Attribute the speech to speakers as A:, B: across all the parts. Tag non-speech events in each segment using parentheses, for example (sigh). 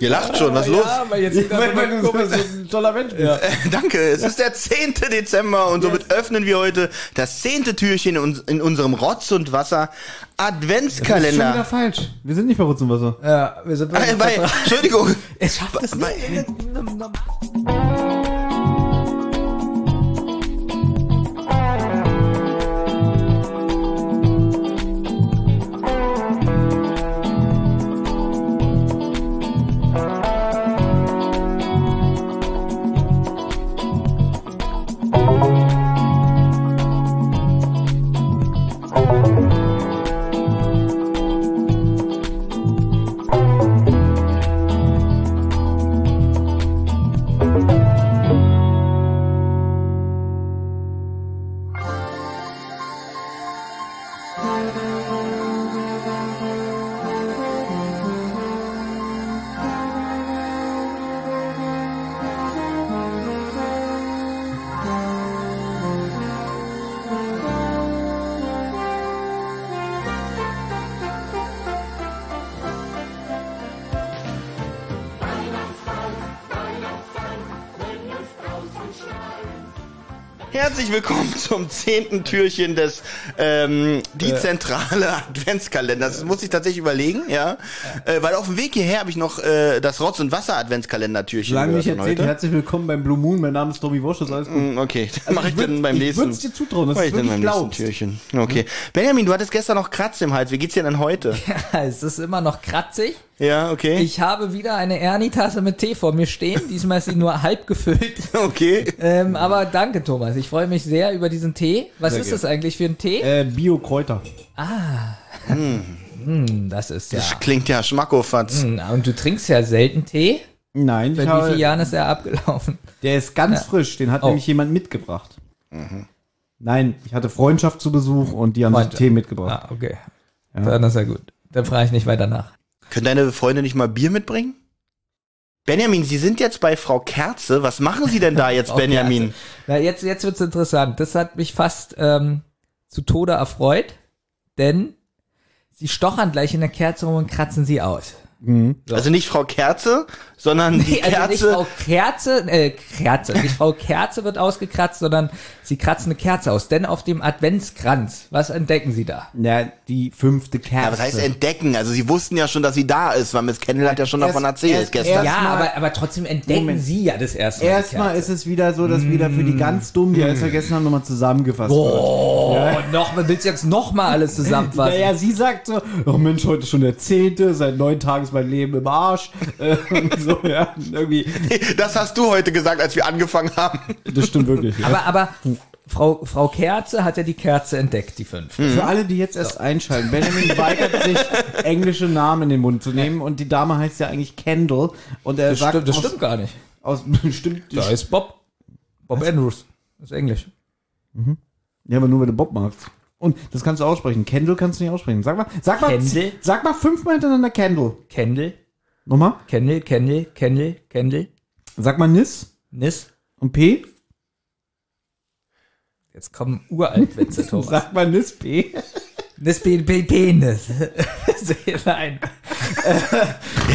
A: Ihr lacht schon, was ist los?
B: weil jetzt sieht
C: weil- weil du-
B: dass du ein toller Mensch bist.
A: (laughs) Danke, es ist der 10. Dezember und somit öffnen wir heute das zehnte Türchen in, uns, in unserem Rotz und Wasser
C: schon wieder
A: Adventskalender.
C: falsch. Wir sind nicht bei Rotz und Wasser.
B: Ja, wir sind
A: Äh, bei, Entschuldigung.
C: (laughs)
B: Es schafft es
A: bei-
B: nicht.
A: Herzlich willkommen zum zehnten Türchen des ähm, die
C: Äh.
A: zentrale Adventskalenders. Das muss ich tatsächlich überlegen, ja, äh, weil auf dem Weg hierher habe ich noch äh, das Rotz und Wasser Adventskalender-Türchen
C: Solange nicht
A: gehört von
C: erzählt, herzlich willkommen beim Blue Moon. Mein Name ist Tommy Wosch, das alles gut. Also
A: Mm, Okay, dann mache ich,
C: ich würd-
A: dann beim
C: ich
A: nächsten.
C: würd's dir zutrauen, dass
A: mach
C: du
A: ich dann
C: wirklich
A: beim nächsten
C: glaubst.
A: Türchen. Okay, Benjamin, du hattest gestern noch Kratz im Hals. Wie geht's dir denn heute?
B: Ja, es ist immer noch kratzig.
A: Ja, okay.
B: Ich habe wieder eine Ernie-Tasse mit Tee vor mir stehen. Diesmal ist sie nur halb gefüllt.
A: (laughs) okay.
B: Ähm, aber danke, Thomas. Ich freue mich sehr über diesen Tee. Was ist
C: gerne.
B: das eigentlich für ein Tee?
C: Äh, Bio-Kräuter.
B: Hm, das ist ja.
A: Das klingt ja Schmackofatz.
B: Hm, Und du trinkst ja selten Tee.
C: Nein, ich
B: Bei wie
C: habe-
B: vielen Jahren ist er abgelaufen?
C: der ist ganz frisch. Den hat
B: Oh.
C: nämlich jemand mitgebracht.
A: Mhm.
C: Nein, ich hatte Freundschaft zu Besuch und die haben sich
B: Freundschaft.
C: Tee mitgebracht.
B: Ah, okay. Dann ist er gut. Dann frage ich nicht weiter nach.
A: Können deine Freunde nicht mal Bier mitbringen? Benjamin, Sie sind jetzt bei Frau Kerze. Was machen Sie denn da jetzt,
B: Okay,
A: Benjamin?
B: also- Na, jetzt, jetzt wird's interessant. Das hat mich fast ähm, zu Tode erfreut, denn sie stochern gleich in der Kerze rum und kratzen sie aus.
A: Also nicht Frau Kerze, sondern die
B: Also nicht
A: Kerze.
B: Frau Kerze, äh, Kerze, nicht Frau Kerze wird ausgekratzt, sondern sie kratzen eine Kerze aus. Denn auf dem Adventskranz, was entdecken sie da?
C: Ja, die fünfte Kerze.
A: ja, was heißt entdecken? Also Sie wussten ja schon, dass sie da ist, weil Miss Kendall hat ja schon
C: Erst-
A: davon erzählt
C: erst-
A: gestern.
C: erst-
B: ja,
C: Erstmal-
B: aber, aber trotzdem entdecken
C: Moment.
B: sie ja das erste Mal. die
C: Erstmal
B: Kerze.
C: ist es wieder so, dass wieder für die ganz Dummen, die alles vergessen haben, nochmal zusammengefasst
B: Oh, nochmal, willst du jetzt nochmal alles
C: wird.
B: zusammenfassen?
C: Naja, sie sagt so, oh Mensch, heute ist schon der zehnte, seit neun Tagen ist mein Leben im Arsch. Äh, (laughs) und so, ja, irgendwie.
A: (laughs) Das hast du heute gesagt, als wir angefangen haben.
C: Das stimmt wirklich. ja.
B: Aber, aber Frau, Frau Kerze hat ja die Kerze entdeckt, die fünf.
C: Für alle, die jetzt erst einschalten, Benjamin weigert sich, englische Namen in den Mund zu nehmen und die Dame heißt ja eigentlich Kendall und er
B: Das,
C: sagt
B: stimmt, das
C: aus,
B: stimmt gar nicht.
C: aus (laughs) stimmt,
B: Da ist Bob. Bob Andrews. Das ist Englisch.
C: Ja, aber nur wenn du Bob magst. Und das kannst du aussprechen. Kendall kannst du nicht aussprechen. Sag mal, sag mal,
B: Kendall?
C: sag mal fünfmal hintereinander Kendall.
B: Kendall,
C: Nochmal.
B: Kendall, Kendall, Kendall, Kendall,
C: Sag mal Nis
B: Nis.
C: und P.
B: Jetzt kommen uralt (laughs) Witze, Thomas.
C: (laughs) Sag mal Nis P.
B: Nis, Pe- Pe- Penis. (laughs) Nein.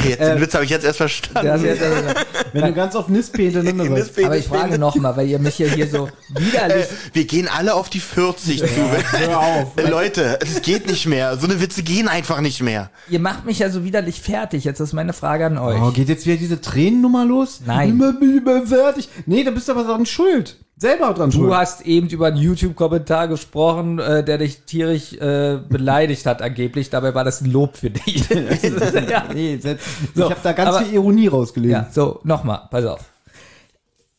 A: Jetzt, den Witz habe ich jetzt erst verstanden.
B: Das ist jetzt also-
C: Wenn du ganz auf Nis P hintereinander
A: Miss
C: sagst.
A: Baby
B: (laughs) aber ich frage nochmal, weil ihr mich ja hier so widerlich...
A: Wir gehen alle auf die 40 zu.
C: Hör auf.
A: Äh, Leute, es geht nicht mehr. So eine Witze gehen einfach nicht mehr.
B: Ihr macht mich ja so widerlich fertig. Jetzt ist meine Frage an euch.
C: Oh, geht jetzt wieder diese Tränennummer los?
B: Nein.
C: Immer, immer fertig. Nee, da bist du aber dran schuld. Selber dran schuld.
B: Du hast eben über einen YouTube-Kommentar gesprochen, äh, der dich tierisch äh, beleidigt hat, angeblich. Dabei war das ein Lob für (laughs) dich. ja.
C: nee, selbst,
B: So,
C: ich habe da ganz
B: aber-
C: viel Ironie rausgelesen.
B: ja, so, nochmal, pass auf.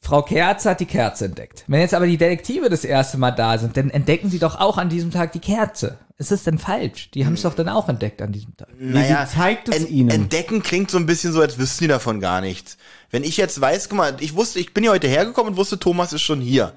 B: Frau Kerze hat die Kerze entdeckt. Wenn jetzt aber die Detektive das erste Mal da sind, dann entdecken sie doch auch an diesem Tag die Kerze. Ist es denn falsch? Die haben es doch dann auch entdeckt an diesem Tag.
A: Naja,
C: sie zeigt es
A: ent-
C: ihnen.
A: Entdecken klingt so ein bisschen so, als wüssten die davon gar nichts. Wenn ich jetzt weiß, guck mal, ich wusste, ich bin hier heute hergekommen und wusste, Thomas ist schon hier.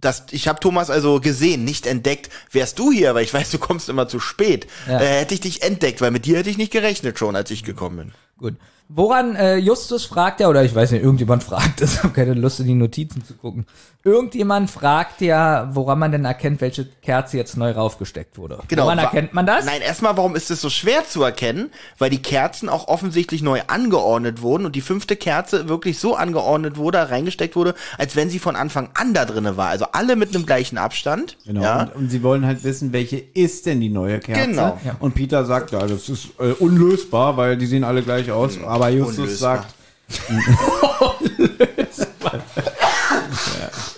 A: Das, ich habe Thomas also gesehen, nicht entdeckt. Wärst du hier, weil ich weiß, du kommst immer zu spät.
B: Ja.
A: Äh, hätte ich dich entdeckt, weil mit dir hätte ich nicht gerechnet schon, als ich gekommen bin.
B: Gut. Woran äh, Justus fragt ja, oder ich weiß nicht, irgendjemand (laughs) fragt es, habe keine Lust in die Notizen zu gucken. Irgendjemand fragt ja, woran man denn erkennt, welche Kerze jetzt neu raufgesteckt wurde. Woran
A: Genau, wa-
B: erkennt man das?
A: Nein, erstmal, warum ist es so schwer zu erkennen? Weil die Kerzen auch offensichtlich neu angeordnet wurden und die fünfte Kerze wirklich so angeordnet wurde, reingesteckt wurde, als wenn sie von Anfang an da drinne war. Also alle mit einem gleichen Abstand.
C: Genau.
A: Ja.
C: Und, und sie wollen halt wissen, welche ist denn die neue Kerze?
A: Genau.
B: Ja.
C: Und Peter sagt, ja, das ist äh, unlösbar, weil die sehen alle gleich aus. Aber Justus
A: Hm, unlösbar.
C: sagt,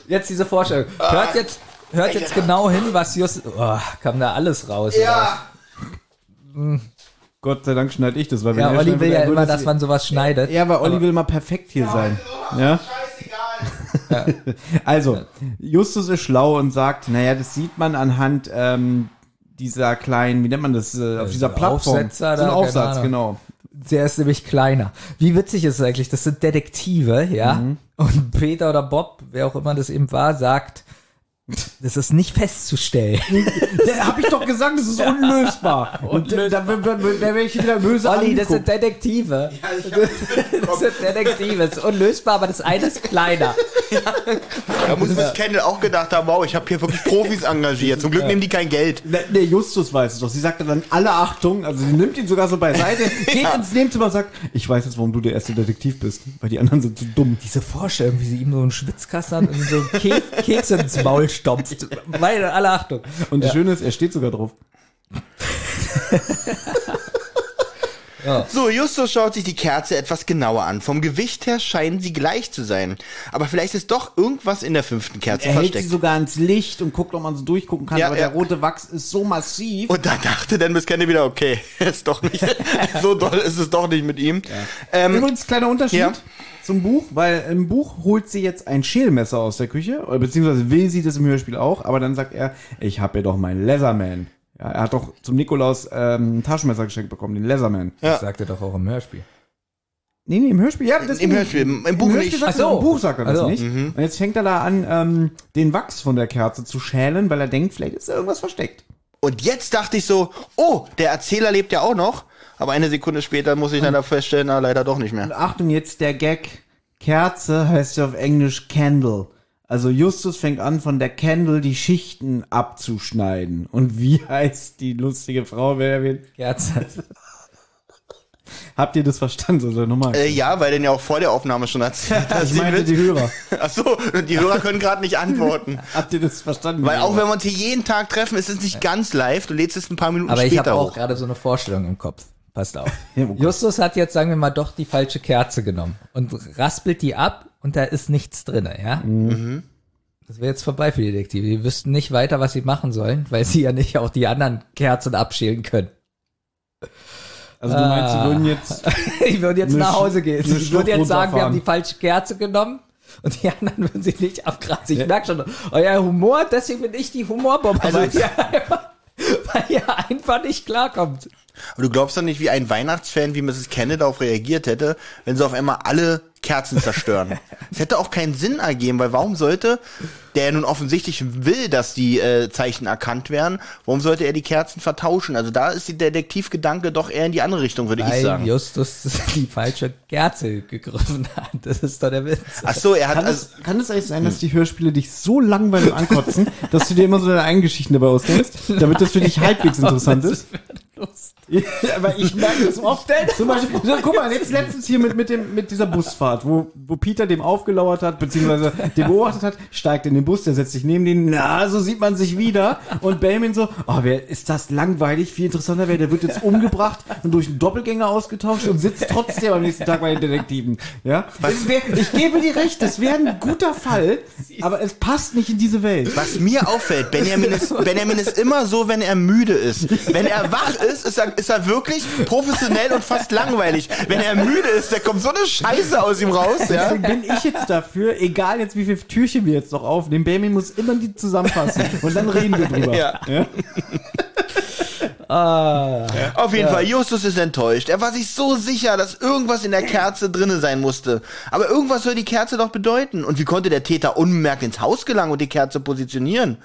B: Jetzt diese Vorstellung. Hört jetzt, hört jetzt genau hin, was Justus. Oh, kam da alles raus.
C: Gott sei Dank schneide ich das, weil wenn
B: oder?
C: er
B: Ja, Olli
C: schneidet,
B: will ja
C: dann
B: immer,
C: würde es-
B: dass man sowas schneidet.
C: Ja, weil Olli will mal perfekt hier sein. Ja? Also, Justus ist schlau und sagt, naja, das sieht man anhand ähm, dieser kleinen, wie nennt man das, äh, auf dieser
B: so
C: Plattform.
B: Aufsetzer
C: so ein
B: da, keine
C: Aufsatz,
B: Ahnung.
C: genau.
B: Der ist nämlich kleiner. Wie witzig ist es eigentlich? Das sind Detektive, ja.
C: Mhm.
B: Und Peter oder Bob, wer auch immer das eben war, sagt, das ist nicht festzustellen.
C: Da hab ich doch gesagt, das (laughs) ist unlösbar. Und da, da, da, wäre ich wieder böse
B: Olli, das sind
C: angeguckt.
B: Detektive. das sind Detektive. Das ist unlösbar, aber das eine ist kleiner.
A: Da muss Miss Kendall auch gedacht haben, wow, ich habe hier wirklich Profis engagiert. Zum Glück nehmen die kein Geld.
C: Ne, ne, Justus weiß es doch. Sie sagt dann alle Achtung, also sie nimmt ihn sogar so (laughs) beiseite, geht ins Nebenzimmer und sagt, ich weiß jetzt, warum du der erste Detektiv bist, weil die anderen sind zu dumm.
B: Diese Vorstellung, wie sie ihm so einen Schwitzkasten hat und ihm so einen Ke
C: (laughs)
B: Keks ins Maul stopft. Meine alle Achtung.
C: Und das Schöne ist, er steht sogar drauf.
A: So, Justus schaut sich die Kerze etwas genauer an. Vom Gewicht her scheinen sie gleich zu sein. Aber vielleicht ist doch irgendwas in der fünften Kerze
C: Er hält
A: versteckt.
C: sie sogar ans Licht und guckt, ob man so durchgucken kann,
A: Ja,
C: aber
A: ja.
C: der rote Wachs ist so massiv.
A: Und da dachte dann Miss Kendall wieder, okay, (laughs) ist doch nicht, so doll ist es doch nicht mit ihm. Ähm,
C: Übrigens, kleiner Unterschied
A: Ja.
C: zum Buch, weil im Buch holt sie jetzt ein Schälmesser aus der Küche, oder beziehungsweise will sie das im Hörspiel auch, aber dann sagt er, ich habe ja doch meinen Leatherman. Ja, er hat doch zum Nikolaus ähm, ein Taschenmesser geschenkt bekommen, den Leatherman.
B: Das sagt er doch auch im Hörspiel.
C: Nee, nee, im Hörspiel. Ja, das
A: Im Hörspiel, im- im Buch
C: Hörspiel
A: nicht.
C: Sagt
B: Ach so.
C: er, Im Buch sagt er das
B: Also.
C: nicht.
A: Mhm.
C: Und jetzt fängt er da an, ähm, den Wachs von der Kerze zu schälen, weil er denkt, vielleicht ist da irgendwas versteckt.
A: und jetzt dachte ich so, oh, der Erzähler lebt ja auch noch. Aber eine Sekunde später muss ich leider feststellen, na, leider doch nicht mehr.
C: Achtung, jetzt der Gag. Kerze heißt ja auf Englisch Candle. Also Justus fängt an, von der Candle die Schichten abzuschneiden. Und wie (laughs) heißt die lustige Frau? Wer wer-
B: Kerze.
C: Habt ihr das verstanden? So, so nochmal.
A: Äh, ja, weil den ja auch vor der Aufnahme schon erzählt hat.
C: ich meinte die Hörer.
A: Ach so, und die Hörer können gerade nicht antworten.
C: Habt ihr das verstanden?
A: Weil auch wenn wir uns hier jeden Tag treffen, ist es nicht ganz live. Du lädst es ein paar Minuten
B: Aber ich
A: später
B: habe auch
A: hoch.
B: gerade so eine Vorstellung im Kopf. Passt auf.
C: Ja, oh Gott.
B: Justus hat jetzt, sagen wir mal, doch die falsche Kerze genommen und raspelt die ab und da ist nichts drinne, ja?
C: Mhm.
B: Das wäre jetzt vorbei für die Detektive. Die wüssten nicht weiter, was sie machen sollen, weil sie ja nicht auch die anderen Kerzen abschälen können. (laughs)
C: also du meinst, sie würden jetzt
A: (laughs)
B: Ich würde jetzt
C: Eine
B: nach
C: Sch-
B: Hause gehen.
C: eine
B: Ich
C: Schlucht
B: würde jetzt sagen, wir
C: runterfahren.
B: haben die falsche Kerze genommen. Und die anderen würden sie nicht abkratzen. Ich merke schon, euer Humor, deswegen bin ich die Humorbombe,
A: Also-
B: weil, ihr einfach, weil ihr einfach nicht klarkommt.
A: Und du glaubst doch nicht, wie ein Weihnachtsfan wie Mrs. Kennedy darauf reagiert hätte, wenn sie auf einmal alle Kerzen
C: (laughs)
A: zerstören. Es hätte auch keinen Sinn ergeben, weil warum sollte, der ja nun offensichtlich will, dass die äh, Zeichen erkannt werden, warum sollte er die Kerzen vertauschen? Also da ist der Detektivgedanke doch eher in die andere Richtung, würde ich
B: Weil
A: sagen.
B: Justus (laughs) die falsche Kerze gegriffen hat. Das ist doch der Witz.
A: Ach so, er hat
C: Kann,
A: also,
C: es, kann es eigentlich sein, dass die Hörspiele dich so langweilig ankotzen, (laughs) dass du dir immer so deine eigenen Geschichten dabei ausdenkst, damit das für dich (laughs) halbwegs interessant ist? (laughs) Aber ich merke (laughs) das oft. Zum Beispiel, (laughs) so, guck mal, jetzt letztens hier mit, mit, dem, mit dieser Busfahrt, wo, wo Peter dem aufgelauert hat, beziehungsweise den beobachtet hat, steigt in den Bus, der setzt sich neben den, na, so sieht man sich wieder. Und Belmin so, oh, wer ist das langweilig? Viel interessanter wäre, der wird jetzt umgebracht und durch einen Doppelgänger ausgetauscht und sitzt trotzdem am nächsten Tag bei den Detektiven. Ja? Es wär, ich gebe dir recht, das wäre ein guter Fall, aber es passt nicht in diese Welt.
A: Was mir auffällt, Benjamin
C: (laughs)
A: ist, Benjamin ist immer so, wenn er müde ist. Wenn er wach ist, ist er, ist er wirklich professionell und fast langweilig. Wenn er müde ist, da kommt so eine Scheiße aus ihm raus. Ja?
C: Deswegen bin ich jetzt dafür, egal jetzt wie viele Türchen wir jetzt noch aufnehmen, Benjamin muss immer die zusammenfassen und dann reden wir drüber.
A: Ja.
B: Ah,
A: Auf jeden Fall, Justus ist enttäuscht. Er war sich so sicher, dass irgendwas in der Kerze drinne sein musste. Aber irgendwas soll die Kerze doch bedeuten. Und wie konnte der Täter unbemerkt ins Haus gelangen und die Kerze positionieren?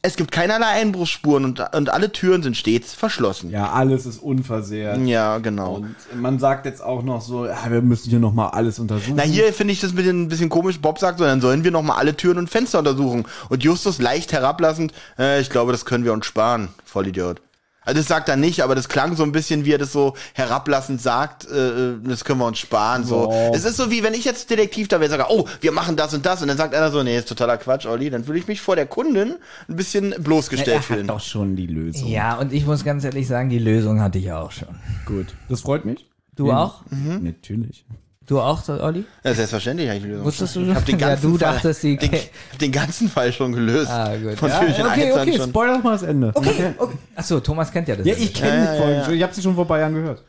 A: Es gibt keinerlei Einbruchsspuren und, und alle Türen sind stets verschlossen.
C: Ja, alles ist unversehrt.
A: Ja, genau.
C: Und man sagt jetzt auch noch so, ja, wir müssen hier nochmal alles untersuchen.
B: Mhm.
A: Na, hier finde ich das mit den, ein bisschen komisch. Bob sagt, so, dann sollen wir nochmal alle Türen und Fenster untersuchen. Und Justus leicht herablassend, äh, ich glaube, das können wir uns sparen. Vollidiot. Also das sagt er nicht, aber das klang so ein bisschen, wie er das so herablassend sagt, äh, das können wir uns sparen. So.
C: Wow.
A: Es ist so wie, wenn ich jetzt Detektiv da wäre, sage, oh, wir machen das und das. Und dann sagt einer so, nee, ist totaler Quatsch, Olli. Dann würde ich mich vor der Kundin ein bisschen bloßgestellt
C: er
B: (laughs)
C: hat
A: fühlen.
C: doch schon die Lösung.
B: Ja, und ich muss ganz ehrlich sagen, die Lösung hatte ich auch schon.
C: Gut. Das freut mich.
B: Du auch?
A: Mhm.
C: Natürlich.
B: Du auch, so, Olli?
A: Ja, selbstverständlich habe ich die Lösung.
B: Wusstest du
A: Ich habe den
B: schon? (laughs) Ja,
A: ganzen
B: du
A: Fall,
B: dachtest, die-
A: den, hab den ganzen Fall schon gelöst.
B: Ah, gut.
A: Von
B: Ja,
A: Türchen
C: okay,
A: 1 an
C: okay,
A: schon.
C: spoil doch mal das Ende.
B: Okay, okay. Achso, Thomas kennt ja das.
C: Ja, ich kenne
A: Ja,
C: die
A: ja,
C: Folgen
A: ja.
C: schon. Ich habe sie schon vor ein paar Jahren gehört.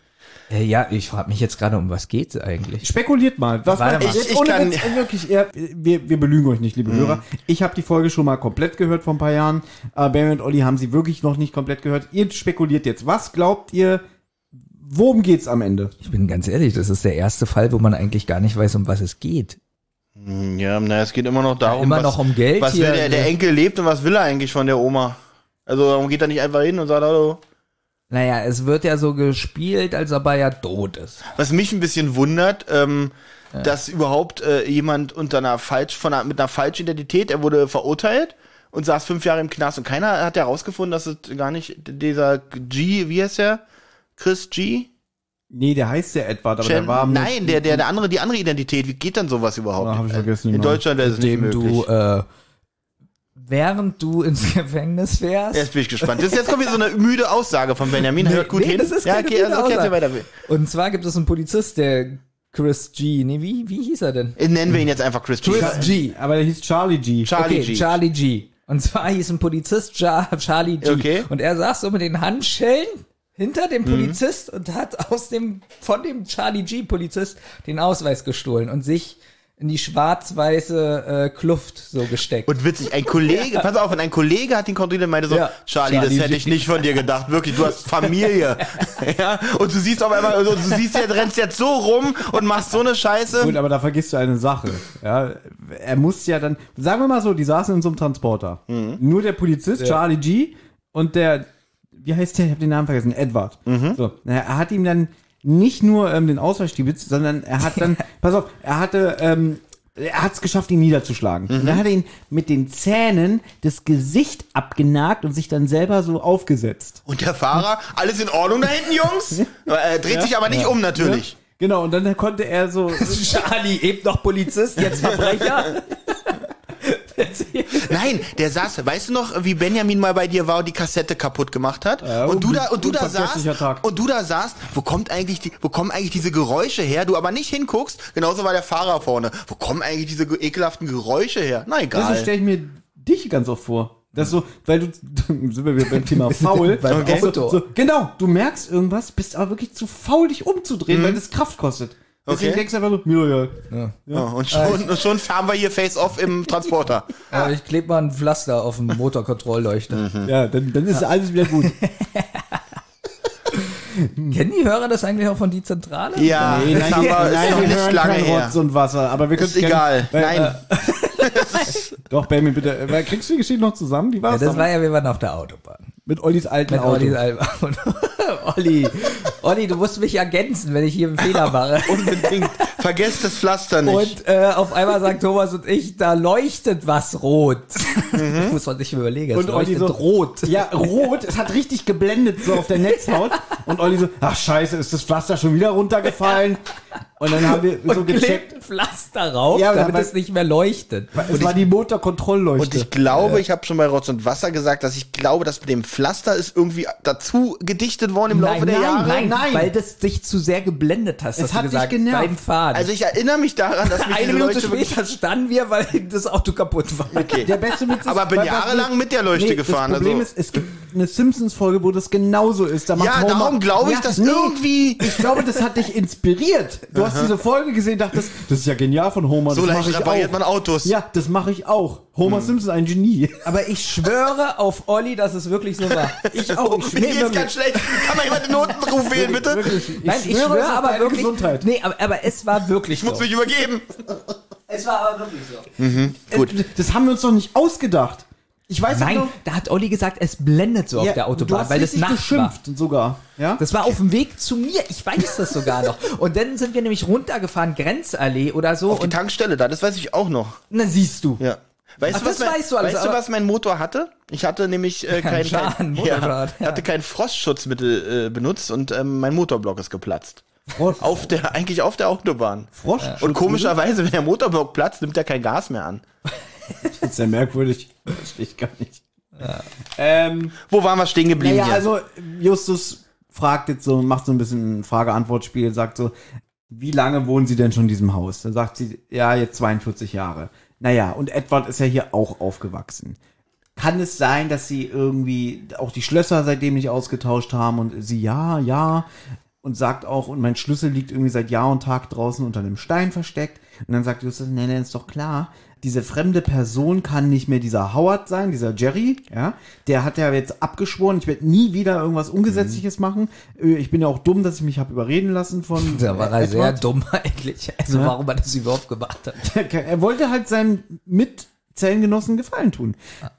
B: Äh, ja, ich frage mich jetzt gerade, um was geht's eigentlich?
C: Spekuliert mal. Was
B: Warte
C: man-
B: mal.
A: Ich- ich
C: ohne
A: kann- Mhm.
C: Witz, äh, wirklich, ihr- wir, wir belügen euch nicht, liebe Hörer. Ich habe die Folge schon mal komplett gehört vor ein paar Jahren. Äh, Barry und Olli haben sie wirklich noch nicht komplett gehört. Ihr spekuliert jetzt. Was glaubt ihr, worum geht's am Ende?
B: Ich bin ganz ehrlich, das ist der erste Fall, wo man eigentlich gar nicht weiß, um was es geht.
A: Ja, na, es geht immer noch darum,
B: immer
A: was,
B: noch um Geld
A: was
B: hier,
A: will der, der
B: ne?
A: Enkel lebt und was will er eigentlich von der Oma? Also warum geht er nicht einfach hin und sagt hallo?
B: Naja, es wird ja so gespielt, als ob er ja tot ist.
A: Was mich ein bisschen wundert, ähm, dass überhaupt äh, jemand unter einer falsch von einer, mit einer falschen Identität, er wurde verurteilt und saß fünf Jahre im Knast und keiner hat herausgefunden, dass es gar nicht dieser G, wie heißt er? Chris G?
C: Nee, der heißt ja Edward, aber
A: Jen-
C: der war... mit-
A: Nein, der, der, der andere, die andere Identität. Wie geht dann sowas überhaupt?
C: Ah, hab ich vergessen, den
A: In
C: Namen.
A: Deutschland wäre es nicht
B: Dem
A: möglich.
B: du, äh, während du ins (laughs) Gefängnis wärst.
A: Jetzt bin ich gespannt. Das, jetzt kommt wieder so eine müde Aussage von Benjamin. Hört gut
B: nee,
A: hin.
B: das ist
A: ja,
B: keine
A: okay, also,
B: müde
A: okay, erzähl
B: Aussage.
A: weiter.
B: Und zwar gibt es einen Polizist, der Chris G. Nee, wie, wie hieß er denn?
A: Äh, Nennen wir ihn jetzt einfach Chris G.
B: Chris G.
C: Äh, Aber der hieß Charlie G.
A: Charlie
B: okay,
A: G.
B: Charlie G. Und zwar hieß ein Polizist Char Charlie G.
A: Okay. Mhm.
B: Und er saß so mit den Handschellen hinter dem Polizist und hat aus dem, von dem Charlie G. Polizist den Ausweis gestohlen und sich in die schwarz-weiße äh, Kluft so gesteckt.
A: Und witzig, ein Kollege, pass auf, und ein Kollege hat ihn kontrolliert und meinte so,
B: Ja.
A: Charlie, das
B: Charlie
A: hätte
B: G.
A: ich nicht von dir gedacht, wirklich, du hast
B: (laughs)
A: Familie. ja, und du siehst auf einmal, also, du siehst jetzt, rennst jetzt so rum und machst so eine Scheiße.
C: Gut, aber da vergisst du eine Sache. Ja, er muss ja dann, sagen wir mal so, die saßen in so einem Transporter.
A: Mhm.
C: Nur der Polizist, Charlie G. und der, wie heißt der? Ich habe den Namen vergessen, Edward.
A: Mhm.
C: So, na, er hat ihm dann nicht nur ähm, den Ausweis stiebitzt, sondern er hat
A: (laughs)
C: dann, pass auf, er hatte, ähm, er hat es geschafft, ihn niederzuschlagen.
A: Mhm.
C: Und dann hat er ihn mit den Zähnen das Gesicht abgenagt und sich dann selber so aufgesetzt.
A: Und der Fahrer, alles in Ordnung da hinten, Jungs? Äh, dreht sich aber nicht um, natürlich.
C: Genau, und dann konnte er
A: (laughs)
C: so,
B: (laughs) Charlie, eben noch Polizist, jetzt Verbrecher. (laughs)
A: Nein, der saß, weißt du noch, wie Benjamin mal bei dir war und die Kassette kaputt gemacht hat? und du da und du da saßt
C: unvergesslicher Tag.
A: und du da saßt, wo kommt eigentlich die wo kommen eigentlich diese Geräusche her? Du aber nicht hinguckst, genauso war der Fahrer vorne. Wo kommen eigentlich diese ge- ekelhaften Geräusche her? Na egal.
C: Deswegen stelle ich mir dich ganz oft vor. Das so, weil du, (laughs) sind wir wieder
A: (laughs)
C: beim Thema faul.
B: Beim
C: Okay. So,
B: Auto.
C: so, genau, du merkst irgendwas, bist aber wirklich zu faul, dich umzudrehen, weil das Kraft kostet. Deswegen
A: Mhm. Okay.
C: denkst du einfach so, mir ja.
A: Ja, und
C: Äh.
A: schon, und schon fahren wir hier face off im Transporter.
B: Aber ich klebe mal ein Pflaster auf den Motorkontrollleuchter.
A: Mhm.
C: Ja, dann, dann
A: Ah.
C: ist alles
A: (laughs)
C: wieder gut.
B: Kennen die Hörer das eigentlich auch von die Zentrale?
A: Ja, Ah, das haben wir, ist noch nicht lange her.
C: Rotz Äh, und Wasser, aber wir können
A: Ist egal. Nein.
C: Doch, Benjamin, bitte. äh, Kriegst du die Geschichte noch zusammen? Die
B: Ja,
C: war's
B: das war ja, wir waren auf der Autobahn.
C: mit Ollis alten
B: Mit
C: Auto.
B: Olli Alba. Und (laughs) Olli, Olli, du musst mich ergänzen, wenn ich hier einen Fehler
C: (laughs)
B: mache.
C: äh,
A: Unbedingt. Vergesst das Pflaster nicht.
B: Und äh, auf einmal sagt Thomas und ich, da leuchtet was rot. Muss man sich überlegen. Es
C: Mhm. Und Olli
B: leuchtet
C: so,
B: rot.
C: Ja, rot. Es hat richtig geblendet so auf der Netzhaut. Und Olli so, ach scheiße, ist das Pflaster schon wieder runtergefallen? Und dann haben wir
B: (laughs)
C: so
B: Und klebt
C: gecheckt.
B: ein Pflaster rauf,
C: Ja, aber
B: damit
C: dabei-
B: es nicht mehr leuchtet.
C: Es war die
A: Und
C: Motorkontrollleuchte.
A: ich glaube, ich habe schon bei Rotz und Wasser gesagt, dass ich glaube, dass mit dem Pflaster ist irgendwie dazu gedichtet worden im Laufe
B: Nein,
A: der
B: nein,
A: Jahre.
B: nein,
C: Nein.
B: weil das dich zu sehr geblendet hast, hast
C: hat
B: du
C: dich
B: gesagt,
C: genervt.
B: beim Fahren.
A: Also ich erinnere mich daran, dass mich
B: eine
A: diese
B: Minute
A: Leuchte wirklich...
B: später standen wir, weil das Auto kaputt war.
A: Okay.
C: Der beste Witz ist,
A: Aber bin
C: weil-
A: jahrelang mit der Leuchte gefahren,
C: Das Problem
A: also.
C: ist, es gibt eine Simpsons-Folge, wo das genauso ist. Da macht
A: Ja,
C: Homer-
A: darum glaube ich, dass irgendwie...
C: Ich glaube, das hat dich inspiriert. Du hast diese Folge gesehen, dachtest, das ist ja genial von Homer.
A: So
C: das
A: leicht
C: mache ich
A: repariert
C: auch.
A: man Hm. Autos.
C: Ja, das mache ich auch. Homer Simpson, ein Genie.
B: Aber ich schwöre auf Olli, dass es wirklich so war.
C: (laughs) Ich auch. Ich
A: Oh, Mir geht's ganz schlecht. Kann mal jemand den Notenruf wählen, bitte?
C: Ich
B: Nein, ich schwöre,
C: es ist
B: aber
C: deine
B: wirklich.
C: Gesundheit.
B: Nee, aber, aber es war wirklich
A: Ich muss
B: so.
A: mich übergeben.
B: Es war aber wirklich so.
A: Gut.
C: Äh, Das haben wir uns doch nicht ausgedacht. Ich weiß
B: Nein,
C: nicht
B: da hat Olli gesagt, es blendet so auf der
C: du
B: Autobahn,
C: hast
B: weil es
C: richtig
B: Nacht war.
C: geschimpft sogar. Ja?
B: Das war auf dem Weg zu mir. Ich weiß das sogar noch. Und dann sind wir nämlich runtergefahren, Grenzallee oder so.
A: Auf die
B: Und
A: Tankstelle da, das weiß ich auch noch.
B: na siehst du.
A: Ja. Weißt,
B: Ach,
A: du, was
B: das
A: mein,
B: weißt du alles,
A: weißt du,
B: aber-
A: was mein Motor hatte? Ich hatte nämlich
B: (laughs)
A: äh, keinen
B: Schaden,
A: kein, ja,
B: Motorschaden,
A: ich hatte kein Frostschutzmittel äh, benutzt und ähm, mein Motorblock ist geplatzt.
C: Frosch.
A: Auf der, eigentlich auf der Autobahn.
C: Frosch.
A: Und komischerweise, wenn der Motorblock platzt, nimmt er kein Gas mehr an.
C: Das ist
B: (laughs)
C: ja merkwürdig. Verstehe ich gar nicht. Ähm,
A: Wo waren wir stehen geblieben?
C: naja,
A: hier?
C: also Justus fragt jetzt so, macht so ein bisschen ein Frage-Antwort-Spiel, sagt so, wie lange wohnen Sie denn schon in diesem Haus? Dann sagt sie, ja, jetzt 42 Jahre. Naja, und Edward ist ja hier auch aufgewachsen. Kann es sein, dass sie irgendwie auch die Schlösser seitdem nicht ausgetauscht haben und sie ja, ja und sagt auch, und mein Schlüssel liegt irgendwie seit Jahr und Tag draußen unter einem Stein versteckt. Und dann sagt Justus, nee, nee, ist doch klar, diese fremde Person kann nicht mehr dieser Howard sein, dieser Jerry, ja. Der hat ja jetzt abgeschworen, ich werde nie wieder irgendwas Ungesetzliches
B: Mhm.
C: machen. Äh, Ich bin ja auch dumm, dass ich mich habe überreden lassen von.
B: Da war er
C: Edward.
B: sehr dumm eigentlich. Also
C: Ja.
B: warum er das überhaupt gemacht hat.
C: Er wollte halt seinem Mitzellengenossen Gefallen tun.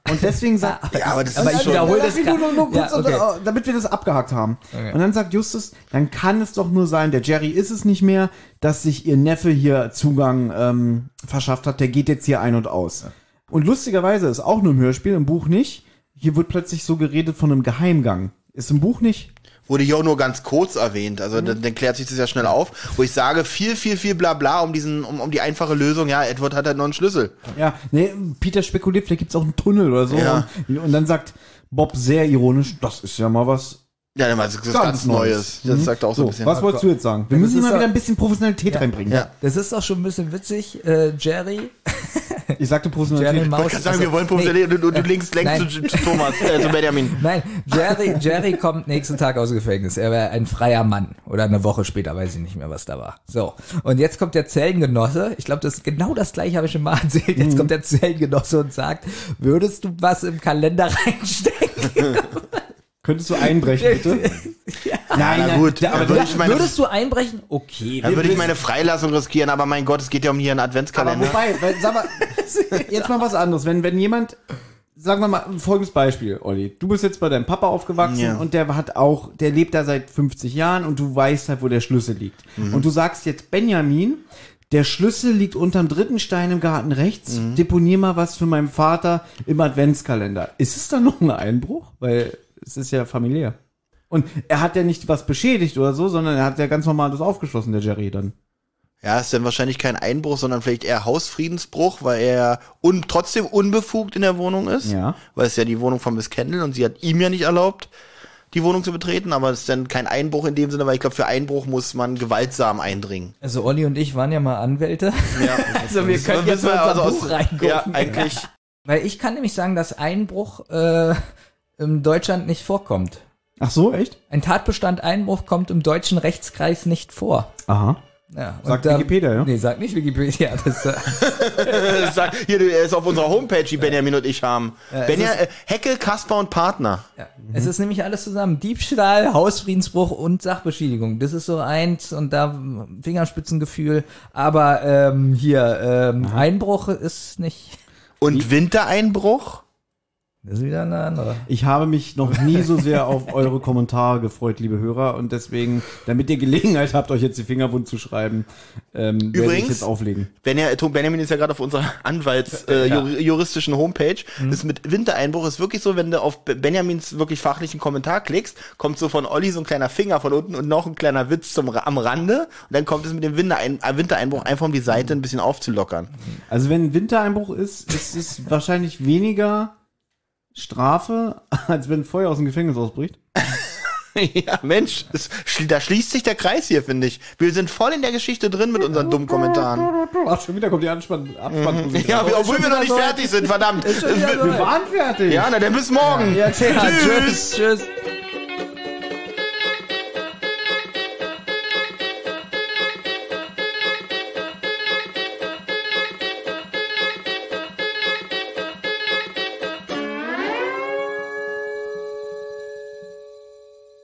C: Und deswegen sagt. Also
A: ja, aber das
B: Aber
A: ist
B: ich
A: schon.
B: wiederhole-
C: Lass
B: das
C: mich
B: grad.
C: nur, nur, nur
B: Ja,
C: kurz,
B: okay.
C: unter- damit wir das abgehakt haben.
B: Okay.
C: Und dann sagt Justus, dann kann es doch nur sein, der Jerry ist es nicht mehr, dass sich ihr Neffe hier Zugang ähm, verschafft hat, der geht jetzt hier ein und aus. Und lustigerweise ist auch nur im Hörspiel, im Buch nicht. Hier wird plötzlich so geredet von einem Geheimgang. Ist im Buch nicht.
A: Wurde hier auch nur ganz kurz erwähnt. Also
C: Mhm.
A: dann, dann klärt sich das ja schnell auf, wo ich sage, viel, viel, viel Blabla um diesen, um, um die einfache Lösung. Ja, Edward hat halt noch einen Schlüssel.
C: Ja, nee, Peter spekuliert, vielleicht gibt's auch einen Tunnel oder so.
A: Ja.
C: Und, und dann sagt Bob sehr ironisch, das ist ja mal was
A: Ja, dann war das ganz, ganz Neues. Das
C: Mhm.
A: sagt er auch so, ein bisschen.
C: Was wolltest du jetzt sagen? Wir
B: Ja,
C: müssen
B: das
C: mal
B: ist
C: wieder
B: ja-
C: ein bisschen Professionalität reinbringen.
A: Ja.
B: Das ist auch schon ein bisschen witzig. Äh, Jerry,
C: Ich
B: Jerry
C: sagte Professionalität.
B: Maus.
A: Ich kann sagen,
B: also-
A: wir wollen
B: Nee.
A: professionell und du, du linkst längst
B: Nein.
A: zu, zu Thomas, äh, zu Benjamin.
B: Nein, Jerry, Jerry kommt nächsten Tag aus dem Gefängnis. Er wäre ein freier Mann. Oder eine Woche später, weiß ich nicht mehr, was da war. So. Und jetzt kommt der Zellengenosse. Ich glaube, das ist genau das gleiche habe ich schon mal erzählt.
A: Mhm.
B: Jetzt kommt der Zellengenosse und sagt, würdest du was im Kalender (laughs) reinstecken?
C: Könntest du (laughs) einbrechen, bitte? Nein,
A: na
C: nein,
A: gut,
C: da-
A: dann
C: aber
A: würde
C: ja,
A: ich meine,
B: würdest du einbrechen? Okay.
A: dann würde ich meine Freilassung riskieren, aber mein Gott, es geht ja um hier einen
C: aber
A: Adventskalender.
C: wobei, weil, sag mal, jetzt mal was anderes. Wenn, wenn jemand, sagen wir mal, folgendes Beispiel, Olli. Du bist jetzt bei deinem Papa aufgewachsen
A: Ja.
C: und der hat auch, der lebt da seit 50 Jahren und du weißt halt, wo der Schlüssel liegt. Und du sagst jetzt Benjamin, der Schlüssel liegt unterm dritten Stein im Garten rechts. Deponier mal was für meinen Vater im Adventskalender. Ist es dann noch ein Einbruch? Weil es ist ja familiär. Und er hat ja nicht was beschädigt oder so, sondern er hat ja ganz normal das aufgeschlossen, der Jerry dann.
A: Ja, ist dann wahrscheinlich kein Einbruch, sondern vielleicht eher Hausfriedensbruch, weil er un trotzdem unbefugt in der Wohnung ist.
C: Ja.
A: Weil es ja die Wohnung von Miss Kendall und sie hat ihm ja nicht erlaubt, die Wohnung zu betreten, aber es ist dann kein Einbruch in dem Sinne, weil ich glaube, für Einbruch muss man gewaltsam eindringen.
B: Also Olli und ich waren ja mal Anwälte.
A: (laughs) Ja,
B: Also wir können jetzt mal unser Buch reingucken.
A: Ja, eigentlich.
B: Weil ich kann nämlich sagen, dass Einbruch äh, in Deutschland nicht vorkommt.
C: Ach so, echt?
B: Ein Tatbestand Einbruch kommt im deutschen Rechtskreis nicht vor.
C: Aha.
B: Ja, und
C: Sagt
B: da-
C: Wikipedia, ja?
B: Nee, sagt nicht Wikipedia. (laughs) Das, äh,
A: Sag, hier, du, er ist auf unserer Homepage, die Benjamin und ich haben. Benja, äh, Hecke, Kasper und Partner.
B: ja. Es ist nämlich alles zusammen. Diebstahl, Hausfriedensbruch und Sachbeschädigung. Das ist so eins und da mm, Fingerspitzengefühl. Aber ähm, hier, ähm, Einbruch ist nicht.
A: Und Wintereinbruch?
B: Das ist wieder eine andere.
C: Ich habe mich noch nie so sehr auf eure Kommentare gefreut, liebe Hörer. Und deswegen, damit ihr Gelegenheit habt, euch jetzt die Finger wund zu schreiben, ähm, werde ich
A: Übrigens-
C: jetzt auflegen.
A: Benja, äh, Tom Benjamin ist ja gerade auf unserer (laughs) anwalts äh, jur- juristischen Homepage. Das mit Wintereinbruch ist wirklich so, wenn du auf Be- Benjamins wirklich fachlichen Kommentar klickst, kommt so von Olli so ein kleiner Finger von unten und noch ein kleiner Witz zum, Ra- am Rande. Und dann kommt es mit dem Winterein äh, Wintereinbruch einfach um die Seite ein bisschen aufzulockern.
C: Also wenn Wintereinbruch ist, ist es (laughs) wahrscheinlich weniger Strafe, als wenn Feuer aus dem Gefängnis ausbricht.
A: ja, (laughs) Mensch, es, schli- da schließt sich der Kreis hier, finde ich. Wir sind voll in der Geschichte drin mit unseren dummen Kommentaren.
C: Ach, schon wieder kommt die Anspann (laughs) Abspannung.
A: Ja, wir- obwohl wir noch nicht fertig sind, verdammt.
B: wieder
A: Wir-
B: so.
C: Wir waren
A: (laughs)
C: fertig.
A: Ja, na dann bis morgen.
C: Ja, tschüss.
B: tschüss. tschüss.